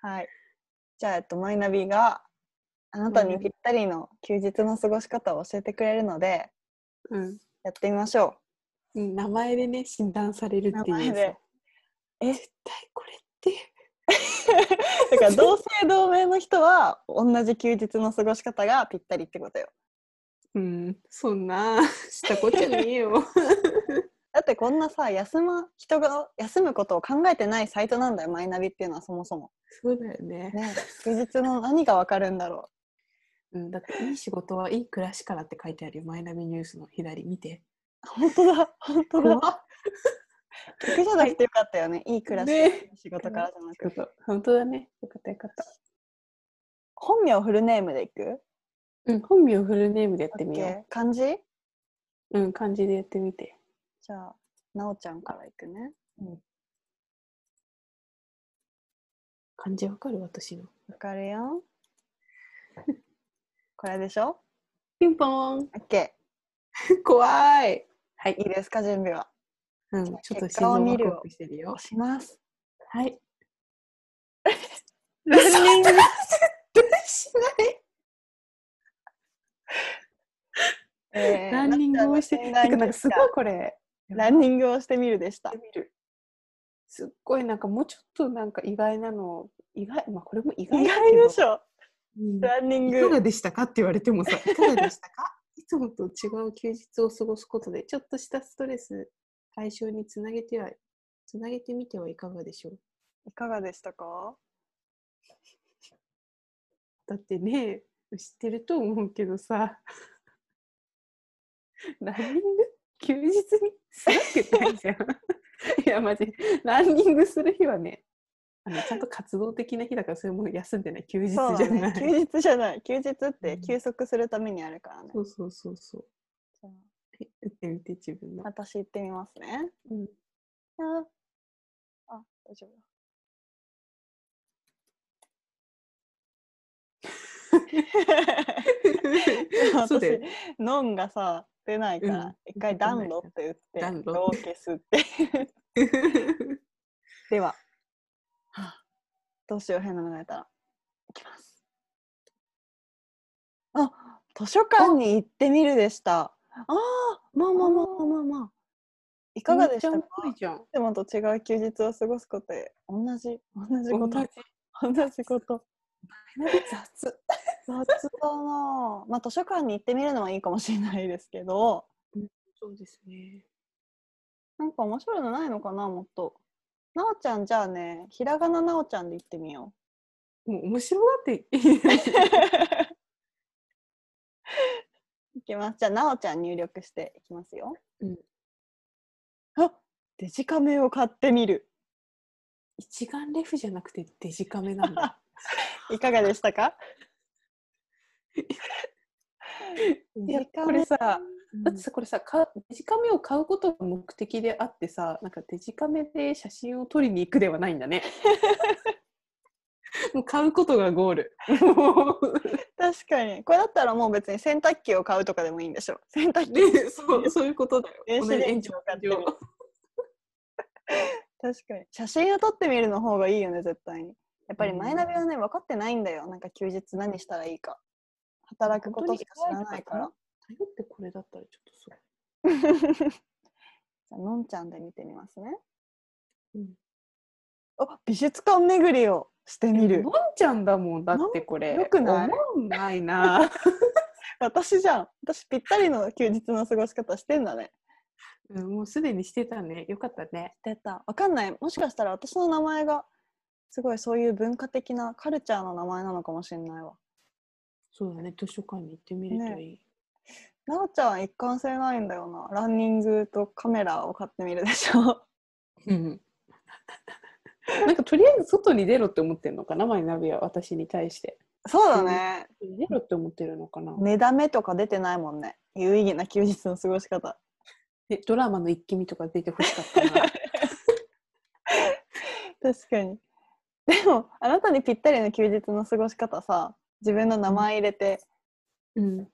はい。じゃあ、えっと、マイナビがあなたにぴったりの休日の過ごし方を教えてくれるので、うんやってみましょうん、名前でね診断されう。るっ名ていう前さで。え、絶対これって だから同姓同名の人は同じ休日の過ごし方がぴったりってことよ。 うんそんなしたこっちゃねえよだってこんなさ休む人が休むことを考えてないサイトなんだよマイナビっていうのはそ もそも。そうだよね、ね、休日の何がわかるんだろうん、だっていい仕事はいい暮らしからって書いてあるよマイナビニュースの左見てう。本当だ本当怖だっ。逆じゃなくてよかったよね。いい暮らし、ねいい仕事からじゃなくて。本当だねよかったよかった本名フルネームでいく？うん本名フルネームでやってみオッケーよ漢字？ううん漢字でやってみてじゃあ、なおちゃんからいくね。漢字わかる私のわかるよ。 これでしょピンポーン ?OK。怖いはいいいですか、準備は。うん、じゃあちょっと結心果を臓見るワクよワクしてるよ押。します。はい。 ランニングしなえい。ーランニングをして、なおちゃてんの診断かなんかすごいこれ。ランニングをしてみるでした。すっごいなんかもうちょっとなんか意外なの、意外、まあこれも意意外だけど外でしょうんランニンいかグ。がでしたかって言われても さ、いかがでしたかいつもと違う休日を過ごすことで、ちょっとしたストレス解消につなげては、つなげてみてはいかがでしょういかがでしたかだってね知ってると思うけどさ ランニング休日にするってないじゃん いやマジランニングする日はねあのちゃんと活動的な日だからそれも休んでない休日じそうゃないだそう,、ね。休日じゃない。休日っうてん休息するためにあるからね。そうそうそうそうじゃあえ打ってみて自分の、私行ってみますね。うん、あ、あ大丈夫だ。私 そうだよノンがさ出ないから、うん一回暖炉って打って暖炉炉を消すって でははあどうしよう変なのが出たらいきますあ図書館に行ってみるでしたああーまあまあまあまあまあまあいいかがでしたかかっぽいじゃんいつもと違う休日を過ごすことで同じ同じこと同じこと雑雑だなあまあ図書館に行ってみるのはいいかもしれないですけどそうですねなんか面白いのないのかなもっとなおちゃんじゃあねひらがななおちゃんで行ってみよもう面白がって いいういきますじゃあなおちゃん入力していきますよ、うんあデジカメを買ってみる一眼レフじゃなくてデジカメなんだいかがでしたかいやこれさ、だってさこれさかデジカメを買うことが目的であってさなんかデジカメで写真を撮りに行くではないんだ ねもう買うことがゴー ルもう確かにこれだったらもう別に洗濯機を買うとかでもいいんでしょ洗濯機ねそうそういうことだよ電子同じレン延ジ長を買ってみ上る確かに写真を撮ってみるの方がいいよね絶対にやっぱりうんマイナビはね分かってないんだよなんか休日何したらいいか働くことしか知らないから本当に頼ってこれだったらちょっ じとそゃあのんちゃんで見てみますね、うんあ美術館巡りをしてみうるのんちゃんだもんだってこれよくない思んないな私じゃん私ぴったりの休日の過ごし方してんだね うんもうすでにしてたねよかったね出た分かんないもしかしたら私の名前がすごいそういう文化的なカルチャーの名前なのかもしれないわそうだね図書館に行ってみるといい、なおちゃんは一貫性ないんだよなランニングとカメラを買ってみるでしょうん なんかとりあえず外に出ろって思ってるのかなマイナビは私に対して そうだね出ろって思ってるのかな、寝だめとか出てないもんね有意義な休日の過ごし方えドラマの一気見とか出てほしかったな確かにでもあなたにぴったりの休日の過ごし方さ自分の名前入れて、 うん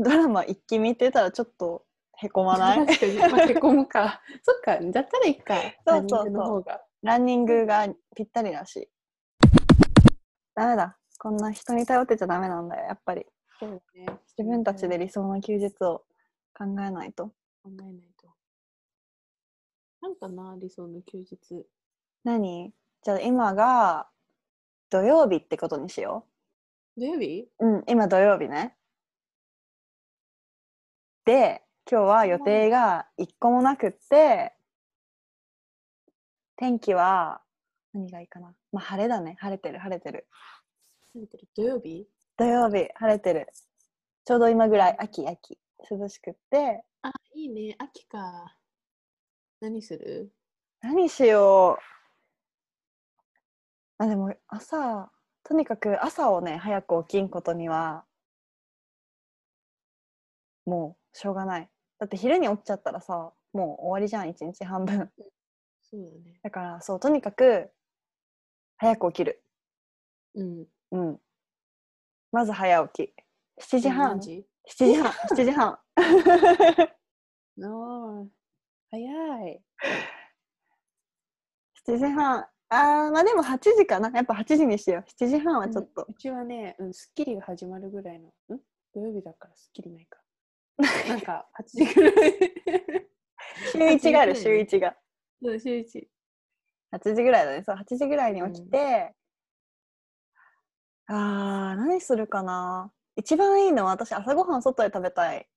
ドラマ一気見てたらちょっとへこま ない確かにまあへこむかそっかだったらいいかそうそうそうタイミングの方がランニングがぴったりらしいダメだ。こんな人に頼ってちゃダメなんだよ、やっぱり。そうだね。自分たちで理想の休日を考えないと。考えないと。なんかな、理想の休日。何じゃあ今が土曜日ってことにしよ土曜日う。うん、今土曜日ね。で、今日は予定が一個もなくって、天気は何がいいかな。まあ晴れだね。晴れてる、晴れてる。晴れてる土曜日土曜日晴れてるちょうど今ぐらい秋秋涼しくってあ、いいね。秋か。何する何しようあでも朝とにかく朝をね早く起きんことにはもうしょうがないだって昼に起きちゃったらさもう終わりじゃん一日半分そうだね。だからそうとにかく早く起きるうん。うんまず早起き7時半何7時時半7時半の早い。 7時半あーまあでも8時かなやっぱ8時にしよう7時半はちょっとうん、うちはね、うん、スッキリが始まるぐらいの、ん土曜日だからスッキリない か。なんか、8時ぐらい。週1がある8時週1がそう、週一。 8時ぐらいだねそう8時ぐらいに起きて、あー何するかな一番いいのは私朝ごはん外で食べたい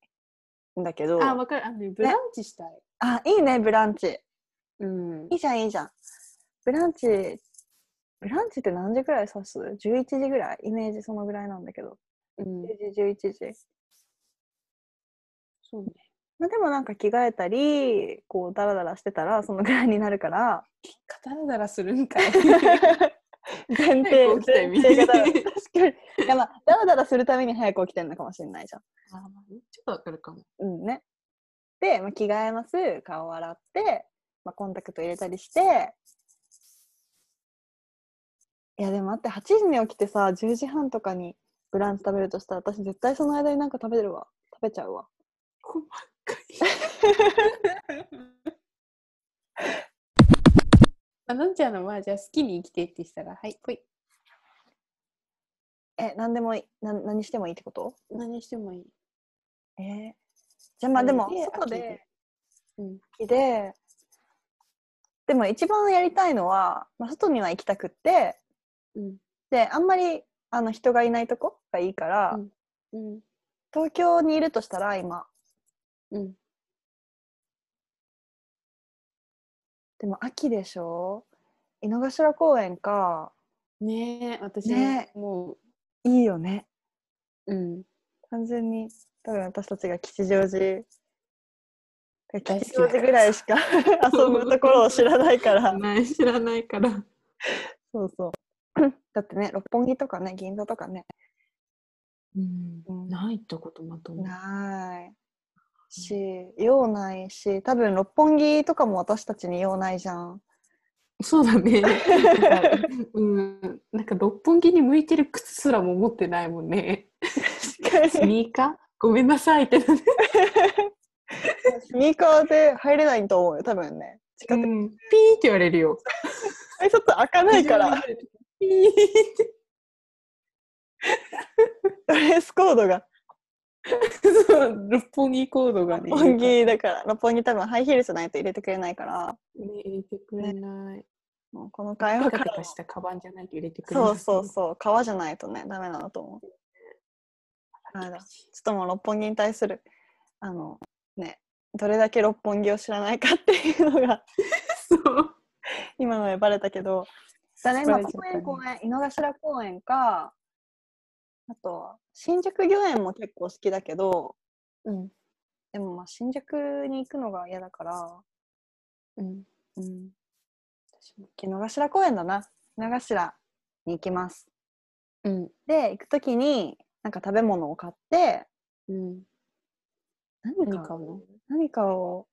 んだけどあ、あわかる。あのね、ブランチしたい。いいねブランチうんいいじゃんいいじゃんブランチブランチって何時ぐらい指す ?11 時ぐらいイメージそのぐらいなんだけどうん。 10時11時そうね。まあ、でもなんか着替えたりこうダラダラしてたらそのぐらいになるからダラダラするん かい。前提早く起きたい前提がダラ確かにいやまあダラダラするために早く起きてるのかもしれないじゃん。あまあねちょっとわかるかも。うんね、で、まあ、着替えます顔を洗って、まあ、コンタクト入れたりしていやでも待って8時に起きてさ10時半とかにブランチ食べるとしたら私絶対その間になんか食べるわ食べちゃうわ。細かい。あのんちゃんのはじゃあ好きに生きてってしたらはいぽいえ何でもいいな何してもいいってこと何してもいい。えーじゃあまあでもで外秋ででうん好きででも一番やりたいのは、まあ、外には行きたくってうんであんまりあの人がいないとこがいいから、んうん東京にいるとしたら今うん。でも秋でしょ井の頭公園かねえ私ねもいいよねううん完全に多分私たちが吉祥寺大好吉祥きだから寺ぐらいしか遊ぶところを知らないからない知らないから。そうそう だってね六本木とかね銀座とかねうんうんないったことまとも。ないし、用ないし、多分六本木とかも私たちに用ないじゃん。そうだね。 なんかうんなんか六本木に向いてる靴すらも持ってないもんね。確ス。ニーカーごめんなさいってなる。スニーカーで入れないと思うよ、多分ね。地下う鉄、んピーって言われるよ。あちょっと開かない から、。ピーって。ドレスコードがそう六本木コードがね。六本木だから、六本木多分ハイヒールじゃないと入れてくれないから、ね入れてくれない。もうこの会話テかカテらカ。したカバンじゃないと入れてくれない。そうそうそう、革じゃないとね、ダメなのと思う。あらちょっともう六本木に対する、あの、ね、どれだけ六本木を知らないかっていうのが。 そう。今のでバレたけど、だね、まあ、バレち公ゃった園ね公園、井の頭公園か、あとは、新宿御苑も結構好きだけど、うん。でもまあ、新宿に行くのが嫌だから、うん。うん、私も。井の頭公園だな。井の頭に行きます。うん。で、行くときに、なんか食べ物を買って、うん。何何か買うの何かを、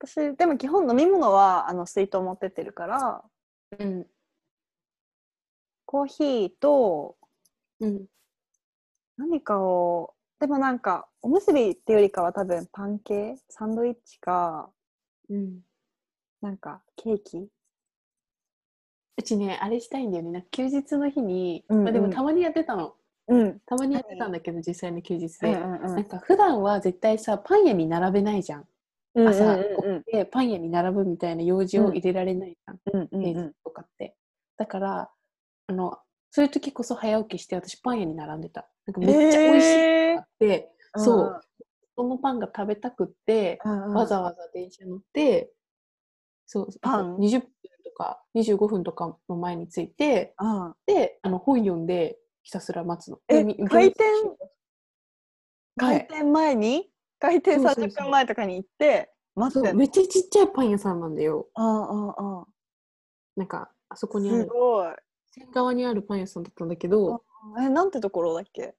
私、でも基本飲み物は、あの、水筒持ってってるから、うん。コーヒーと、うん。何かをでもなんかおむすびってよりかは多分パン系サンドイッチかうん。なんかケーキうちね、あれしたいんだよね。なんか休日の日に、うんうんまあ、でもたまにやってたの。うん。たまにやってたんだけど、実際の休日うで。んうんなんか普段は絶対さ、パン屋に並べないじゃん。うん。朝うんうんで、パン屋に並ぶみたいな用事を入れられないじゃん。うんうん平日とかって。だから、あの、そういう時こそ早起きして、私パン屋に並んでた。なんかめっちゃ美味しいへのーがあって、そう。そのパンが食べたくって、うんうん。わざわざ電車乗って、そう、パン20分とか25分とかの前に着いて、うん。で、あの本読んでひたすら待つの。えでみ開店は開い店前に開店そうそうそう30分前とかに行って待そってう、んのめっちゃちっちゃいパン屋さんなんだよ。うんうんうんなんか、あそこにあする、ごい。線側にあるパン屋さんだったんだけど、え、なんてところだっけ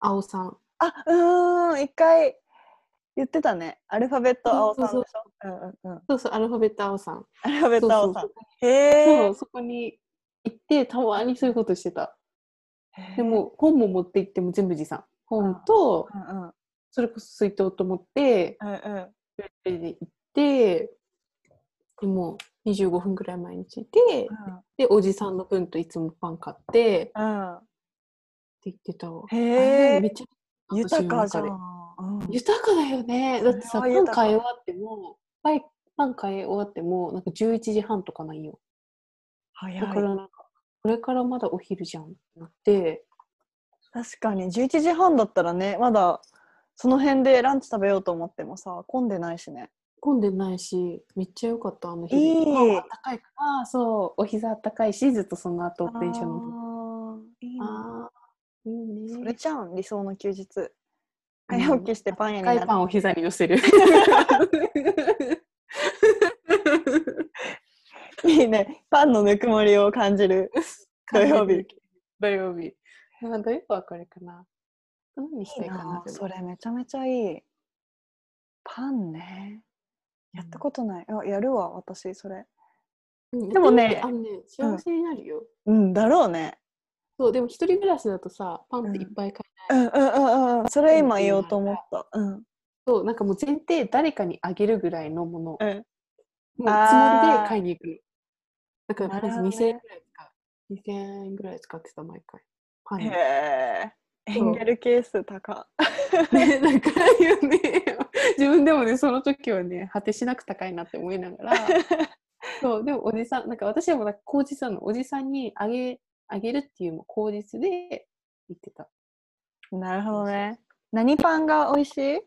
青さん。あ、うーん、一回言ってたね。アルファベット青さんでしそょううんうんうん。そうそう、アルファベット青さん。アルファベッそトうそ青うさんそう。へそえう。そこに行って、たまにそういうことしてた。で、も、本も持って行っても全部持参。本と、うんうんそれこそ水筒と持って、うんうん。それで行って、でもう25分ぐらい前に着いて、で、おじさんの分といつもパン買って、ってうん言ってたわ。へあれえめっちゃ豊かじゃん。私うの中でん豊かだよね。だってさ、そパれはン豊か買い終わっても、パイパン買い終わっても、なんか11時半とかないよ。早だからい。なんか、これからまだお昼じゃんってなって、確かに11時半だったらね、まだその辺でランチ食べようと思ってもさ、混んでないしね。混んでないし、めっちゃ良かった、あの日。いいパンはあったかいから、そう、お膝あったかいし、ずっとその後、電車乗って。あーいいなああー、いいね。それじゃん理想の休日うん早起きしてパン屋に赤並いぶパンを膝に 乗せる。いいねパンのぬくもりを感じる土曜日。土曜日。まあ、土曜日はこれかな。何したいかな。でもそれめちゃめちゃいいパンねやったことない、あやるわ私それうんでもねあのね、幸せになるよ。うんだろうねそう、でも一人暮らしだとさ、パンっていっぱい買えうんうんうんうんそれ今言おうと思ったうんそう、なんかもう前提、誰かにあげるぐらいのものを、うんもうつもりで買いに行くの。だから、なまるずほどね2000円ぐらい使う。2000円ぐらい使ってた、毎回。パンに。へえエンゲル係数高ね、 なんかああいうね、自分でもね、その時はね、果てしなく高いなって思いなが ら、そう、でもおじさん、なんか私はもうなんか口実なの、おじさんにあげ、あげるっていうもう口実で言ってた。なるほどね何パンが美味しいえっ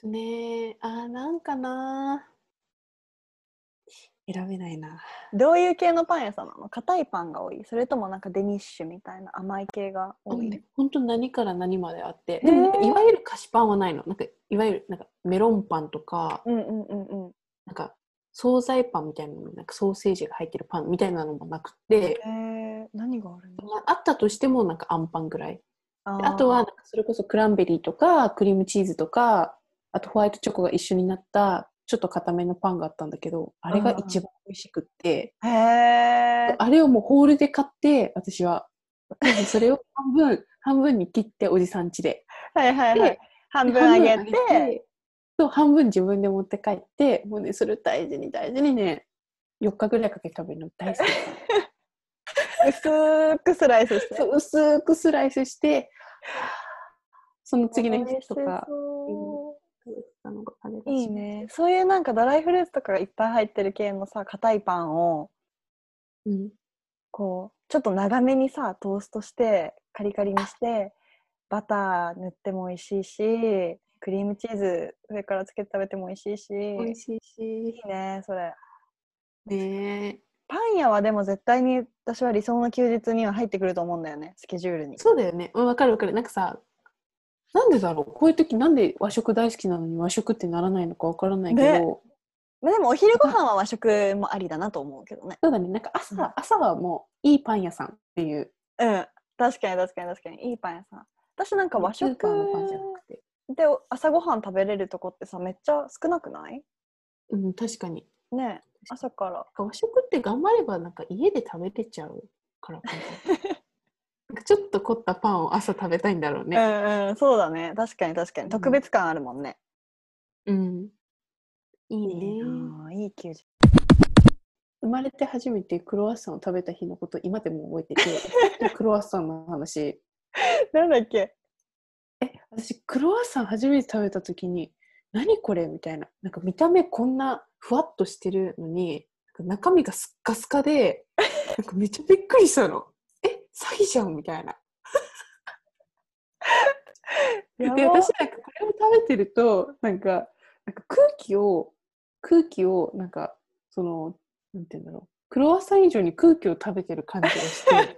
とね、あー、なんかな選べないな。どういう系のパン屋さんなの硬いパンが多いそれともなんかデニッシュみたいな甘い系が多い、本当何から何まであって、ーでもなんかいわゆる菓子パンはないの。なんかいわゆるなんかメロンパンとか、うんうんうんうんなんか惣菜パンみたいなのになんかソーセージが入ってるパンみたいなのもなくて、えー、何があるのまああったとしてもなんかあんパンぐらいああーとはなんかそれこそクランベリーとかクリームチーズとかあとホワイトチョコが一緒になったちょっと固めのパンがあったんだけどあれが一番美味しくってへえあれをもうホールで買って私はそれを半分 半分に切っておじさん家ではいはいはいで半分あげて半分あげてそう半分自分で持って帰ってもうねそれを大事に大事にね4日ぐらいかけて食べるの大 好き薄くスライスしてそう薄くスライスしてその次の日と美味しかそう食べてたのがあれらしいいねそういうなんかドライフルーツとかがいっぱい入ってる系のさ硬いパンをうんこうちょっと長めにさトーストしてカリカリにしてバター塗っても美味しいしクリームチーズ上からつけて食べても美味しいし美味しいいしいねそれねえパン屋はでも絶対に私は理想の休日には入ってくると思うんだよねスケジュールにそうだよねうんわかるわかるなんかさなんでだろうこういう時なんで和食大好きなのに和食ってならないのかわからないけど、ねまあでもお昼ご飯は和食もありだなと思うけどねそうだねなんか朝,、うん朝はもういいパン屋さんっていううん確かに確かに確かにいいパン屋さん私なんか和ス食ーパーのパンじゃなくてで朝ごはん食べれるとこってさめっちゃ少なくないうん確かにねえ朝 から和食って頑張ればなんか家で食べれちゃうからかななんかちょっと凝ったパンを朝食べたいんだろううねんうんそうだね確かに確かに特別感あるもんね、うん、いいねいいなあいい休日生まれて初めてクロワッサンを食べた日のこと今でも覚えててクロワッサンの話なんだっけえ私クロワッサン初めて食べた時に何これみたいななんか見た目こんなふわっとしてるのになんか中身がスッカスカでなんかめっちゃびっくりしたのえ詐欺じゃんみたいなでやば私なんかこれを食べてるとなんかなんか空気を空気をなんかそのなんて言うんだろうクロワッサン以上に空気を食べてる感じがして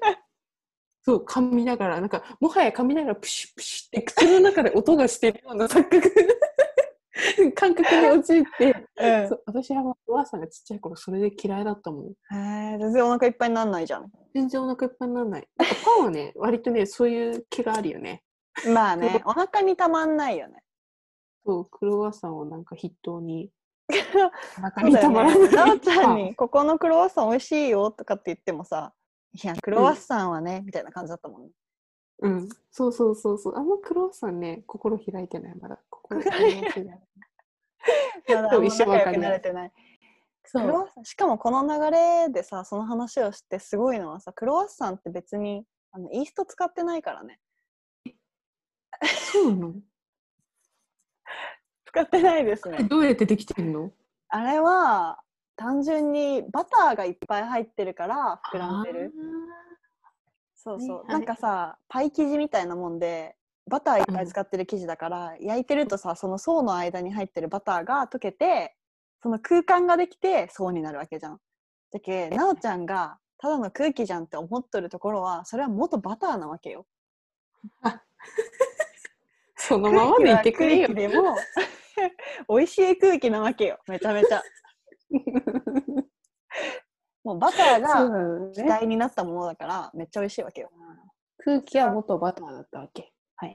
そう噛みながらなんかもはや噛みながらプシュプシュって口の中で音がしてるような錯覚 感覚に陥って、うん、えそう私はもうクロワッサンがちっちゃい頃それで嫌いだったもんー全然お腹いっぱいになんないじゃん全然お腹いっぱいにならないなんかパンはね割とねそういう気があるよねまあ ねお腹にたまんないよねそうクロワッサンをなんか筆頭にお腹 そうにだたよまらないね、なおちゃんに「ここのクロワッサン美味しいよ」とかって言ってもさ「いやクロワッサンはね」みたいな感じだったもん ね。うん、そうそうそうそう。あんまクロワッサンね、心開いてない、まだ。心心開い てない。まだあんま一緒わ仲良かくんないなれてない。そクロう。ワッサンしかもこの流れでさその話をしてすごいのはさクロワッサンって別にあのイースト使ってないからねそうなの使ってないですね。どうやってできてるの あれは単純にバターがいっぱい入ってるから膨らんでる。そうそう、はいはいなんかさパイ生地みたいなもんでバターいっぱい使ってる生地だから、焼いてるとさその層の間に入ってるバターが溶けてその空間ができて層になるわけじゃん。だけなおちゃんがただの空気じゃんって思っとるところはそれは元バターなわけよ。そのままでいてくれよ空。気は空気でも 美味しい空気なわけよめちゃめ ちゃ。もうバターそがうなの期ね。待になったものだからめっちゃ美味しいわけよ。空気は元バターだったわけ。はい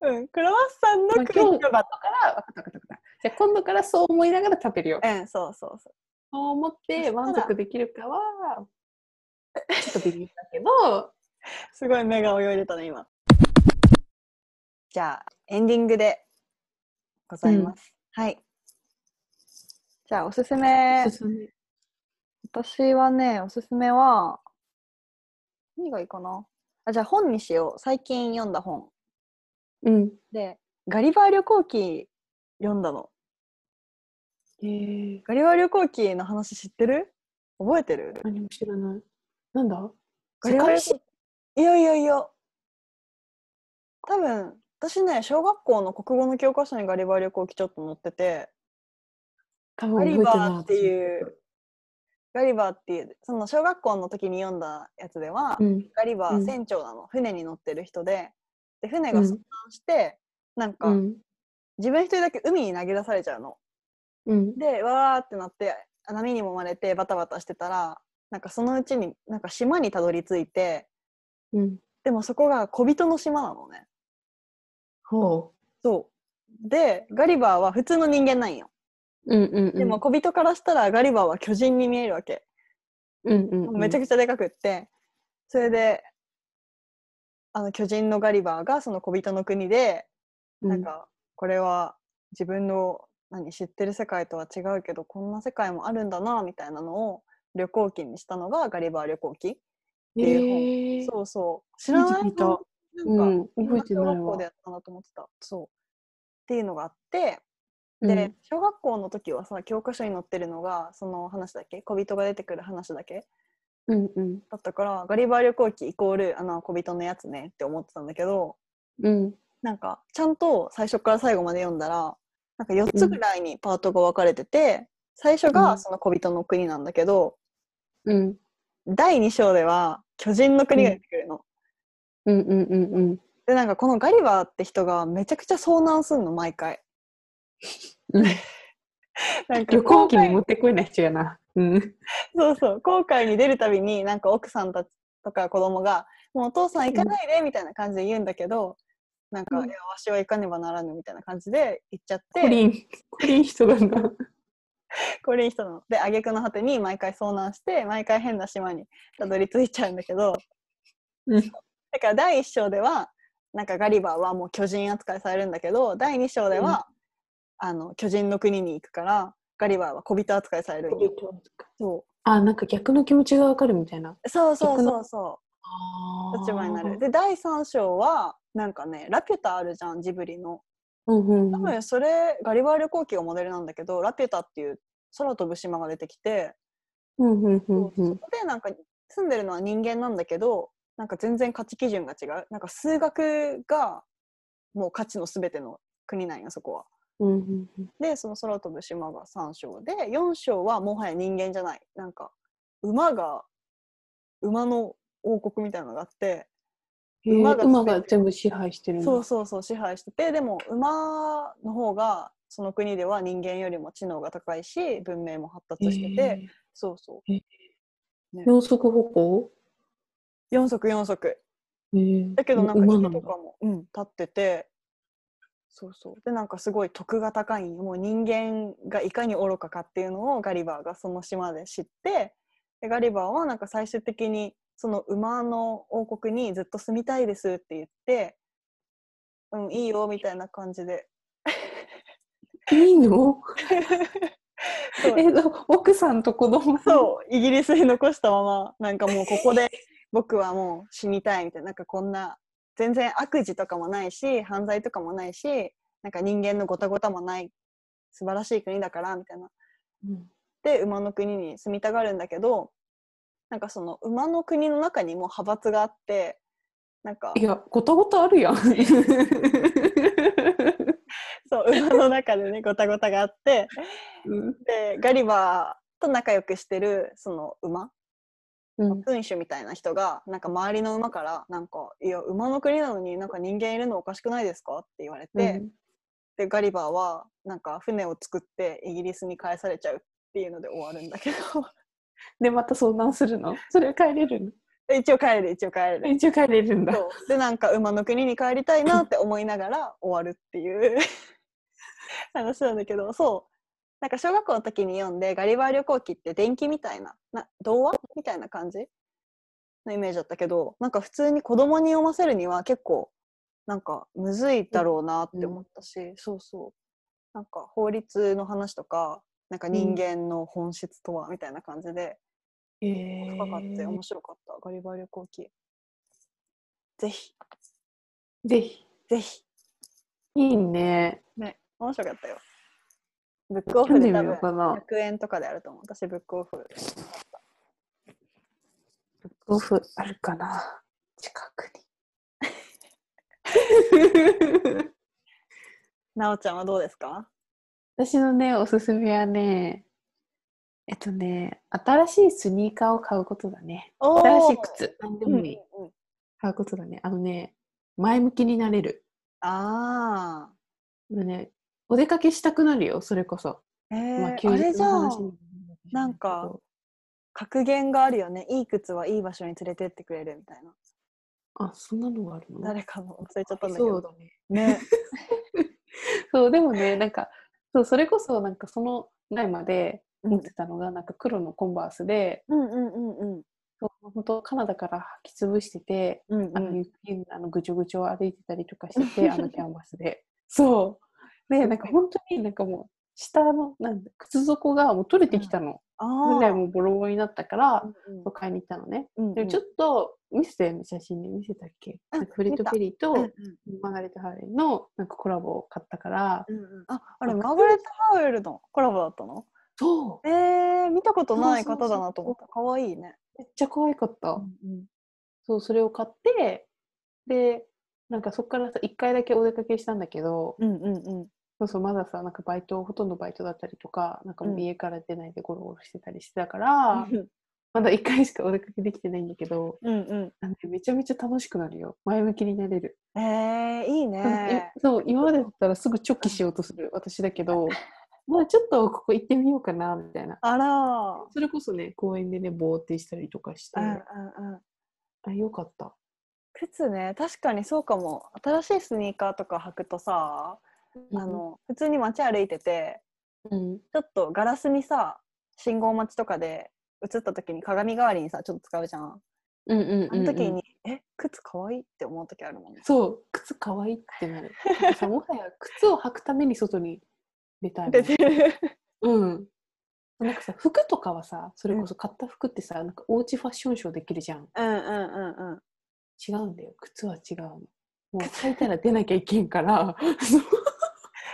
はい。うん、クロワッサンのまあ空気がバだから、わかったわかったわかった。じゃあ今度からそう思いながら食べるよタ。ー。うん、そうそうそう。そう思って満そした足できるかは、ちょっと微妙だけど、すごい目が泳いでたね、今。じゃあ、エンディングでございます。はい。じゃあ、おすすめ。進んで私はね、おすすめは、何がいいかなあ、じゃあ本にしよう。最近読んだ本。うん。で、ガリバー旅行記読んだの。えー、ガリバー旅行記の話知ってる覚えてる何も知らない。なんだガリバー旅世界行記いやいやいや。多分、私ね、小学校の国語の教科書にガリバー旅行記ちょっと載ってて、多ガリ分バ覚えてーってう。いう、ガリバーっていう、その小学校の時に読んだやつでは、うん。ガリバうんー船長なの、船に乗ってる人で、で、船うがん遭難して、なんか、うん。自分一人だけ海に投げ出されちゃうの。うん。で、わーってなって、波にもまれてバタバタしてたら、なんかそのうちに、なんか島にたどり着いて、うん。でもそこが小人の島なのね。ほそう。で、ガリバーは普通の人間なんよ。う。うんうんうん。でも、小人からしたらガリバーは巨人に見えるわけ。うんうんうん。めちゃくくちちゃでかくって。それで、あの巨人のガリバーがその小人の国で、ゃなん、か、これは自分の何知ってる世界とは違うけど、こんな世界もあるんだな、みたいなのを旅行記にしたのがガリバー旅行記。えていうー、そうそう。知らない見た見なんか、うん覚えてないわ小学校でやったなと思ってた。そう。っていうのがあって、うんで、小学校の時はさ教科書に載ってるのがその話だけ小人が出てくる話だけうんうん。だったからガリバー旅行記イコールあの小人のやつねって思ってたんだけどうん。なんかちゃんと最初から最後まで読んだらなんか4つぐらいにパートが分かれてて、最初うがんその小人の国なんだけど、うん。第2章では巨人の国が出てくるの。うんうんうんうん。でなんかこのガリバーって人がめちゃくちゃ遭難すんの毎回。 うんなんか旅行機航に海持ってこいな人やな。うん。そうそう航海に出るたびになんか奥さんたちとか子供が「もうお父さん行かないで」みたいな感じで言うんだけど、なんか、ういんやわしは行かねばならぬみたいな感じで行っちゃっコてリン、コリン人だな。これいい人なの。で挙句の果てに毎回遭難して毎回変な島にたどり着いちゃうんだけど、うんだから第1章ではなんかガリバーはもう巨人扱いされるんだけど第2章では、あの巨人の国に行くからガリバーは小人扱いされるんよ。そうあ、なんか逆の気持ちがわかるみたいな。そうそう逆そのうそあう立場になる。で第3章はなんかね「ラピュタ」あるじゃんジブリの。うんうん多うん。分それガリバー旅行記がモデルなんだけど「ラピュタ」っていう空飛ぶ島が出てきてうんうんうそんううそん。こでなんか住んでるのは人間なんだけどなんか全然価値基準が違うなんか数学がもう価値の全ての国なんやそこは。うんうんうんでその空飛ぶ島が3章で4章はもはや人間じゃないなんか馬が馬の王国みたいなのがあってへえ馬が馬が全部支配してるんだ。そうそうそう支配しててでも馬の方がその国では人間よりも知能が高いし文明も発達してて、へえそうそ四足歩行う4足4足だだけどなんか馬な木とんだ。かも、うん、立っててそうそうでなんかすごい徳が高いんよもう人間がいかに愚かかっていうのをガリバーがその島で知ってでガリバーはなんか最終的にその馬の王国にずっと住みたいですって言って「うんいいよ」みたいな感じでいいのそうえど奥さんと子供そうイギリスに残したままなんかもうここで 僕はもう死にたいみたいななんかこんな全然悪事とかもないし犯罪とかもないしなんか人間のごたごたもない素晴らしい国だからみたいな。うん。で馬の国に住みたがるんだけどなんかその馬の国の中にも派閥があってなんかいや、ごたごた あるやん。そう馬の中でねごたごたがあってうんでガリバーと仲良くしてるその馬うん君主みたいな人がなんか周りの馬からなんか「いや馬の国なのになんか人間いるのおかしくないですか?」って言われて、うんでガリバーはなんか船を作ってイギリスに返されちゃうっていうので終わるんだけど で、また相談するのそれは帰れるので一応帰れる一応帰れる。一応帰れるんだ。そうでなんか馬の国に帰りたいなって思いながら終わるっていう話なんだけどそうなんか小学校の時に読んで「ガリバー旅行記」って電気みたいなな童話みたいな感じのイメージだったけどなんか普通に子供に読ませるには結構なんかむずいだろうなって思ったし、そうそうなんか法律の話とかなんか人間の本質とはみたいな感じでへえ深かって面白かった、ガリバー旅行記ぜひぜひ。ぜひいいね。面白かったよ。ブックオ読フんででみ多よ分うか100な。円とかであると思う。私、ブックオフ。オフあるかな近く に。なおちゃんはどうですか私のね、おすすめはね、えっとね、新しいスニーカーを買うことだね。お新しい靴、何でうんうもんいい。うん、買うことだね。あのね、前向きになれる。ああのね、お出かけしたくなるよ、それこそ。あ。えーまあ、あれじゃにもん。るけどなんか格言があるよね。いい靴はいい場所に連れてってくれるみたいな。あ、そんなのがあるの誰かの忘れちゃったんだけそど。うだね。ね。そう、でも ね、なんか、そうそれこそ、なんかその前までうん持ってたのが、なんか黒のコンバースで、うんうんうんうん。そう本当カナダから履き潰してて、うんうあのん、雪あのぐちょぐちょを歩いてたりとかし てて、あのキャンバスで。そう。で、なんか本当になんかもう、下のなんだ靴底がもう取れてきたの。あぐらいーもうボロボロになったから、うんうんそう買いに行ったのね。うんうんでちょっと見せて、写真で見せたっけ、うんなんかフレット・ペリーうんうとんマーガレット・ハウレンのなんかコラボを買ったから、うんうんああれ、マーガレット・ハウエルのコラボだったのそうえー、見たことない方だなと思った。かわいいね。めっちゃ可愛かった、うんうんそうそれを買ってでなんかそこからさ1回だけお出かけしたんだけど、うんうんうん。そうそうまださなんかバイトほとんどバイトだったりとかなんかもううん家から出ないでゴロゴロしてたりしてたから、まだ1回しかお出かけできてないんだけど うんなんかめちゃめちゃ楽しくなるよ前向きになれる、うん。えー、いいね。そうそう今までだったらすぐ直帰しようとする私だ けどまあちょっとここ行ってみようかなみたいなあらー。それこそね公園でねぼーってしたりとかして、うんうんうん。あよかった靴ね、確かにそうかも。新しいスニーカーとか履くとさ、あ、の、普通に街歩いてて、うん、ちょっとガラスにさ、信号待ちとかで映った時に鏡代わりにさ、ちょっと使うじゃん。うんあうんうんうんの時に、え、靴かわいいって思う時あるもんね。そう靴可愛いってなるなんかさもはや靴を履くために外に出たいもん出てる。うんなんかさ、服とかはさ、それこそ買った服ってさ、なんかおうちファッションショーできるじゃん。 うんうんうんうん。違うんだよ。靴は違うの。もう履いたら出なきゃいけんから。そう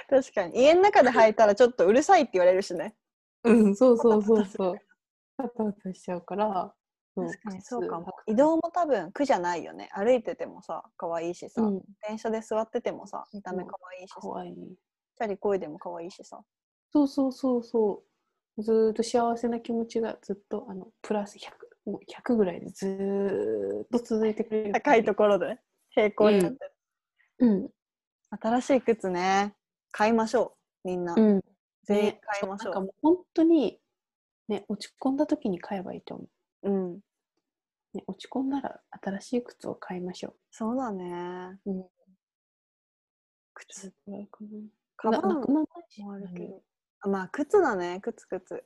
確かに。家の中で履いたらちょっとうるさいって言われるしね。うん、そうそうそうそう。パタパタしちゃうから。ん確かにそうかも。靴移動も多分苦じゃないよね。歩いててもさ、可愛いしさ、うん、電車で座っててもさ、見た目可愛いしさ、かわいい。チャリこいでも可愛いしさ。そうそうそうそう。ずーっと幸せな気持ちがずっとあのプラス100もう100ぐらいでずーっと続いてくれる。高いところで平行になってる、うん新しい靴ね。買いましょう。みんな。うん。全員ね買いましなんょかもう。う本当にね落ち込んだ時に買えばいいと思うん。う。ね落ち込んだら新しい靴を買いましょそうだね。う。うん。靴そ。れぐらいかカな。バななンくならないしもあるけど。あまあ、靴だね。靴、靴。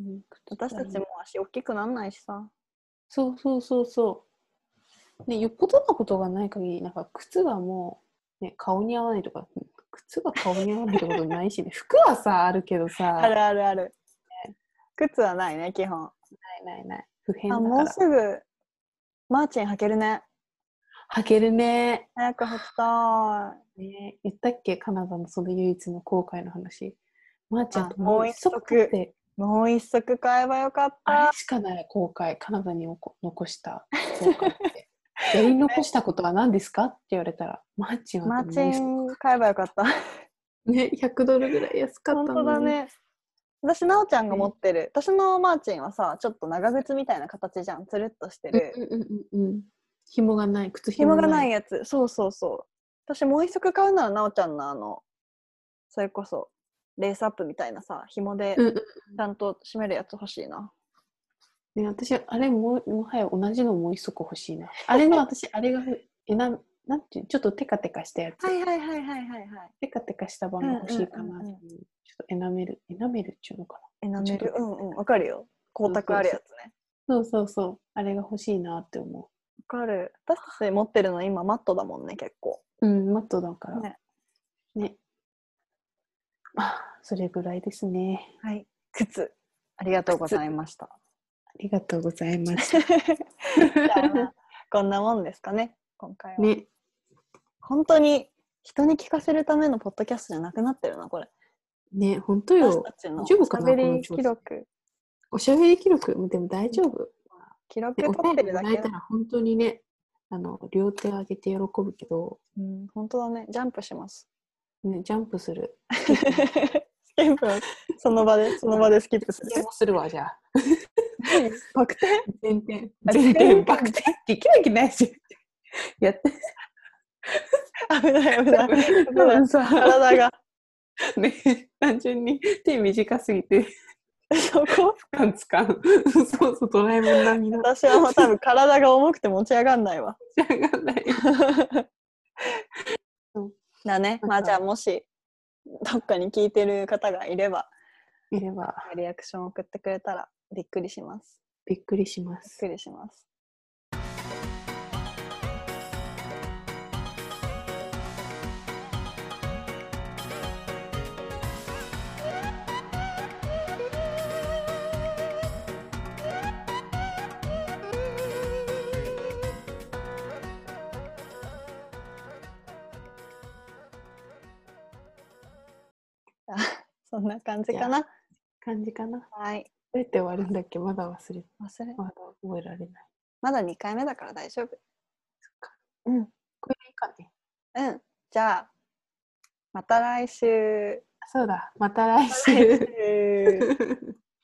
うん私たちも。足大きくなんないしさ。そうそうそうそう。ねよっぽどなことがない限りなんか靴がもう、ね、顔に合わないとか靴が顔に合わないってことない しね服はさあるけどさあるあるある。靴はないね、基本。ないないない不変だあ、かもうらすぐ、マーチン履けるね。履けるね早く履きたね言ったっけカナダのその唯一の後悔の話まー、ちゃんとあもう一足ってい。もう一足買えばよかっあたれ。しかない後悔カナダにこ残した後悔って やり残したことは何ですかって言われたらマーチンマはーでももうチ一ン買えばよかった。足ね100ドルぐらい安かった本の当だにね。私、なおちゃんが持ってる、私のマーチンはさ、ちょっと長靴みたいな形じゃん。つるっとしてる。うんうんうんうんうん。紐がない、靴紐紐がないい。やつ。そうそうそう。私、もう一足買うなら、なおちゃんのあの、それこそ、レースアップみたいなさ、紐でうんうんちゃんと締めるやつ欲しいな。ね、私、あれも、もはや同じのもう一足欲しいな。あれの私、あれがふ、え、なん、なんていう、ちょっとテカテカしたやつ。はいはいはいはいはいはい。テカテカした版が欲しいかなってうんうんいう。うんちょっとエナメル、エナメルっていうのかエナメちょっル。とうんうん。わかるよ。光沢あるやつね。な。そうそうそう。あれが欲しいなって思わかる。私たち持ってるの今マットだもんね、結構。う。うん、マットだから。ねね。まあ、それぐらいですね。はい。靴。ありがとうございました。ありがとうございまし じゃあまあこんなもんですかね、今回は。た。 ね。本当に人に聞かせるためのポッドキャストじゃなくなってるな、これ。ね、本当私よ。たちの大丈夫かおなしゃべこのり調記子録。おしゃべり記録、でも大丈夫。記録ね、取お便ってりるもだらえけた。ら本当にね、あの両手上げて喜ぶけど、うん、本当だね。ジャンプし ます。ね、ジャンプする。スキップその場で、その場でスキップする。でもするわ、じゃあ。バク転前転。あ前転、前転バク転できるわけないし。やって危ない危なたい。危ないさ、体が。ね、単純に手短すぎて、そこつかんつかん。そうそう、ドラえもん並みの。私はもう多分体が重くて持ち上がんないわ。じゃがない。だね。まあじゃあもし、どっかに聞いてる方がいれば、いれば、リアクション送ってくれたらびっくりします。びっくりしまびっす。くりします。あそんな感じかな。感じかな。どはい。うやって終わるんだっけまだ忘れ、忘れまだ覚えられない。まだ2回目だから大丈夫。そっか。うん。これでいいかね。うん。じゃあ、また来週。そうだ、また来来週。週。